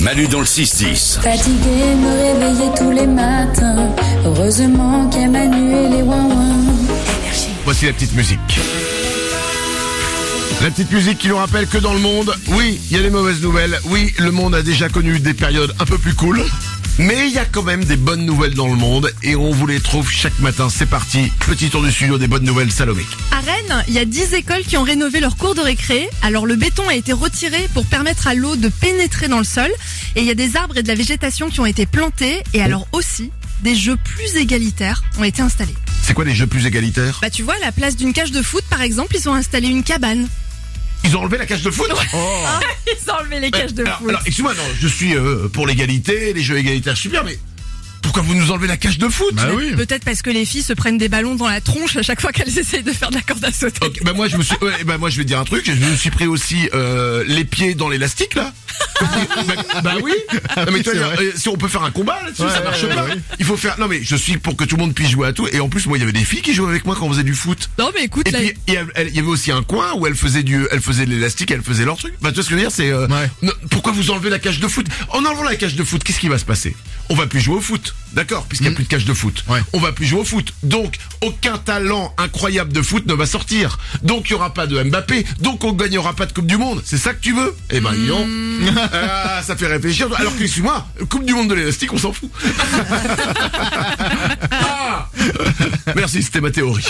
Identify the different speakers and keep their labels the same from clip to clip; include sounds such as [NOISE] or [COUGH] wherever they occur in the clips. Speaker 1: Manu dans le 6-10.
Speaker 2: Fatiguée, me réveiller tous les matins. Heureusement qu'il y a Manu et les ouin
Speaker 3: Voici la petite musique. La petite musique qui nous rappelle que dans le monde, oui, il y a des mauvaises nouvelles. Oui, le monde a déjà connu des périodes un peu plus cool. Mais il y a quand même des bonnes nouvelles dans le monde et on vous les trouve chaque matin. C'est parti, petit tour du studio des bonnes nouvelles Salomé.
Speaker 4: À Rennes, il y a 10 écoles qui ont rénové leurs cours de récré. Alors le béton a été retiré pour permettre à l'eau de pénétrer dans le sol. Et il y a des arbres et de la végétation qui ont été plantés. Et alors aussi, des jeux plus égalitaires ont été installés.
Speaker 3: C'est quoi les jeux plus égalitaires
Speaker 4: Bah tu vois, à la place d'une cage de foot par exemple, ils ont installé une cabane.
Speaker 3: Ils ont enlevé la cage de foot Oh.
Speaker 4: [LAUGHS] Ils ont enlevé les
Speaker 3: Mais,
Speaker 4: cages Ah, de
Speaker 3: alors,
Speaker 4: foot.
Speaker 3: alors, excuse-moi, non, je suis euh, pour l'égalité, les jeux égalitaires, super, mais pourquoi vous nous enlevez la cage de foot
Speaker 5: Bah oui.
Speaker 4: Peut-être parce que les filles se prennent des ballons dans la tronche à chaque fois qu'elles [LAUGHS] essayent de faire de la corde à sauter.
Speaker 3: Ok, bah moi je me suis, ouais, bah moi je vais dire un truc, je me suis pris aussi euh, les pieds dans l'élastique
Speaker 5: [LAUGHS]
Speaker 3: là. bah, bah oui. Non, mais
Speaker 5: Ah oui,
Speaker 3: toi,
Speaker 5: c'est
Speaker 3: il y a-
Speaker 5: vrai.
Speaker 3: euh, si on peut faire un combat là-dessus,
Speaker 5: Ouais,
Speaker 3: ça marche
Speaker 5: ouais,
Speaker 3: pas.
Speaker 5: ouais, ouais.
Speaker 3: Il faut faire. Non mais je suis pour que tout le monde puisse jouer à tout. Et en plus moi il y avait des filles qui jouaient avec moi quand on faisait du foot.
Speaker 4: Non mais écoute,
Speaker 3: Et
Speaker 4: là,
Speaker 3: puis il y a- elle- il y avait aussi un coin où elles faisaient du, elles faisaient de l'élastique, elles faisaient leur truc. Bah tu vois ce que je veux dire, c'est euh,
Speaker 5: Ouais.
Speaker 3: non, pourquoi vous enlevez la cage de foot En enlevant la cage de foot, qu'est-ce qui va se passer On va plus jouer au foot, d'accord Puisqu'il y a plus de cage de foot.
Speaker 5: Ouais.
Speaker 3: On va plus jouer au foot. Donc aucun talent incroyable de foot ne va sortir. Donc il y aura pas de Mbappé. Donc on gagnera pas de Coupe du Monde. C'est ça que tu veux Eh ben dis donc. [LAUGHS] Ah, ça fait réfléchir. Alors que suis-moi, Coupe du Monde de l'élastique, on s'en fout. Ah [LAUGHS] Merci, c'était ma théorie.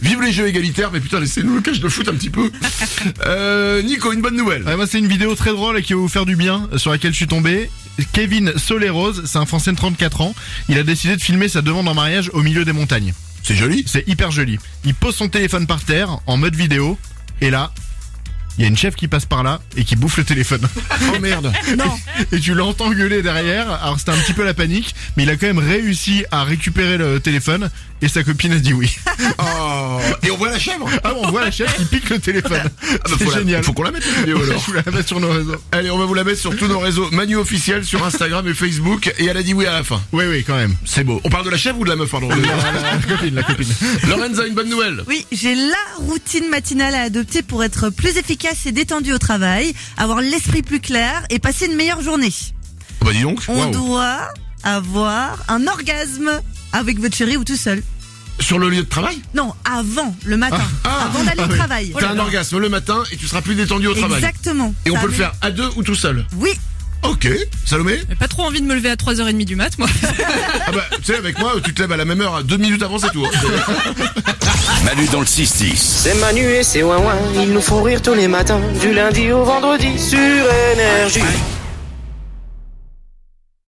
Speaker 3: Vive les jeux égalitaires, mais putain, laissez-nous le cache de foot un petit peu. Euh, Nico, une bonne nouvelle.
Speaker 5: Ouais, moi, c'est une vidéo très drôle et qui va vous faire du bien, euh, sur laquelle je suis tombé. Kevin Solerose, c'est un Français de 34 ans. Il a décidé de filmer sa demande en mariage au milieu des montagnes.
Speaker 3: C'est joli.
Speaker 5: C'est hyper joli. Il pose son téléphone par terre, en mode vidéo, et là, il y a une chef qui passe par là et qui bouffe le téléphone. [LAUGHS]
Speaker 3: Oh merde.
Speaker 4: non.
Speaker 5: Et tu l'entends gueuler derrière. Alors, c'était un petit peu la panique, mais il a quand même réussi à récupérer le téléphone et sa copine a
Speaker 3: [LAUGHS]
Speaker 5: dit oui.
Speaker 3: [LAUGHS] Oh. Et on voit la chèvre.
Speaker 5: Ah, on voit la chef qui pique le téléphone.
Speaker 3: Ah bah,
Speaker 5: C'est
Speaker 3: faut la-
Speaker 5: génial.
Speaker 3: faut qu'on la mette la vidéo alors.
Speaker 5: [LAUGHS] Je vous la mets sur nos réseaux.
Speaker 3: Allez, on va vous la mettre sur tous nos réseaux. Manu officiel sur Instagram et Facebook. Et elle a dit oui à la fin.
Speaker 5: Oui, oui, quand même.
Speaker 3: C'est beau. On parle de la chèvre ou de la meuf, pardon
Speaker 5: La copine, la copine.
Speaker 3: [LAUGHS] Lorenza, une bonne nouvelle.
Speaker 6: Oui, j'ai la routine matinale à adopter pour être plus efficace et détendue au travail, avoir l'esprit plus clair et passer une meilleure journée.
Speaker 3: Bah dis donc.
Speaker 6: On
Speaker 3: Waouh.
Speaker 6: doit avoir un orgasme avec votre chéri ou tout seul.
Speaker 3: Sur le lieu de travail.
Speaker 6: Non, avant le matin,
Speaker 3: Ah,
Speaker 6: avant d'aller
Speaker 3: ah
Speaker 6: au
Speaker 3: oui.
Speaker 6: travail. Oh
Speaker 3: T'as un orgasme le matin et tu seras plus détendu au travail.
Speaker 6: Exactement.
Speaker 3: Et on
Speaker 6: Ça
Speaker 3: peut le
Speaker 6: amène-
Speaker 3: faire à deux ou tout seul.
Speaker 6: Oui,
Speaker 3: Ok. Salomé
Speaker 4: J'ai pas trop envie de me lever à 3h30
Speaker 3: [LAUGHS]
Speaker 4: du mat, moi.
Speaker 3: Ah bah, tu sais, avec moi, tu te lèves à la même heure, deux minutes avant, c'est tout. hein.
Speaker 1: Manu dans le 6-10.
Speaker 7: C'est Manu et c'est Ouin Ils nous font rire tous les matins, du lundi au vendredi sur énergie.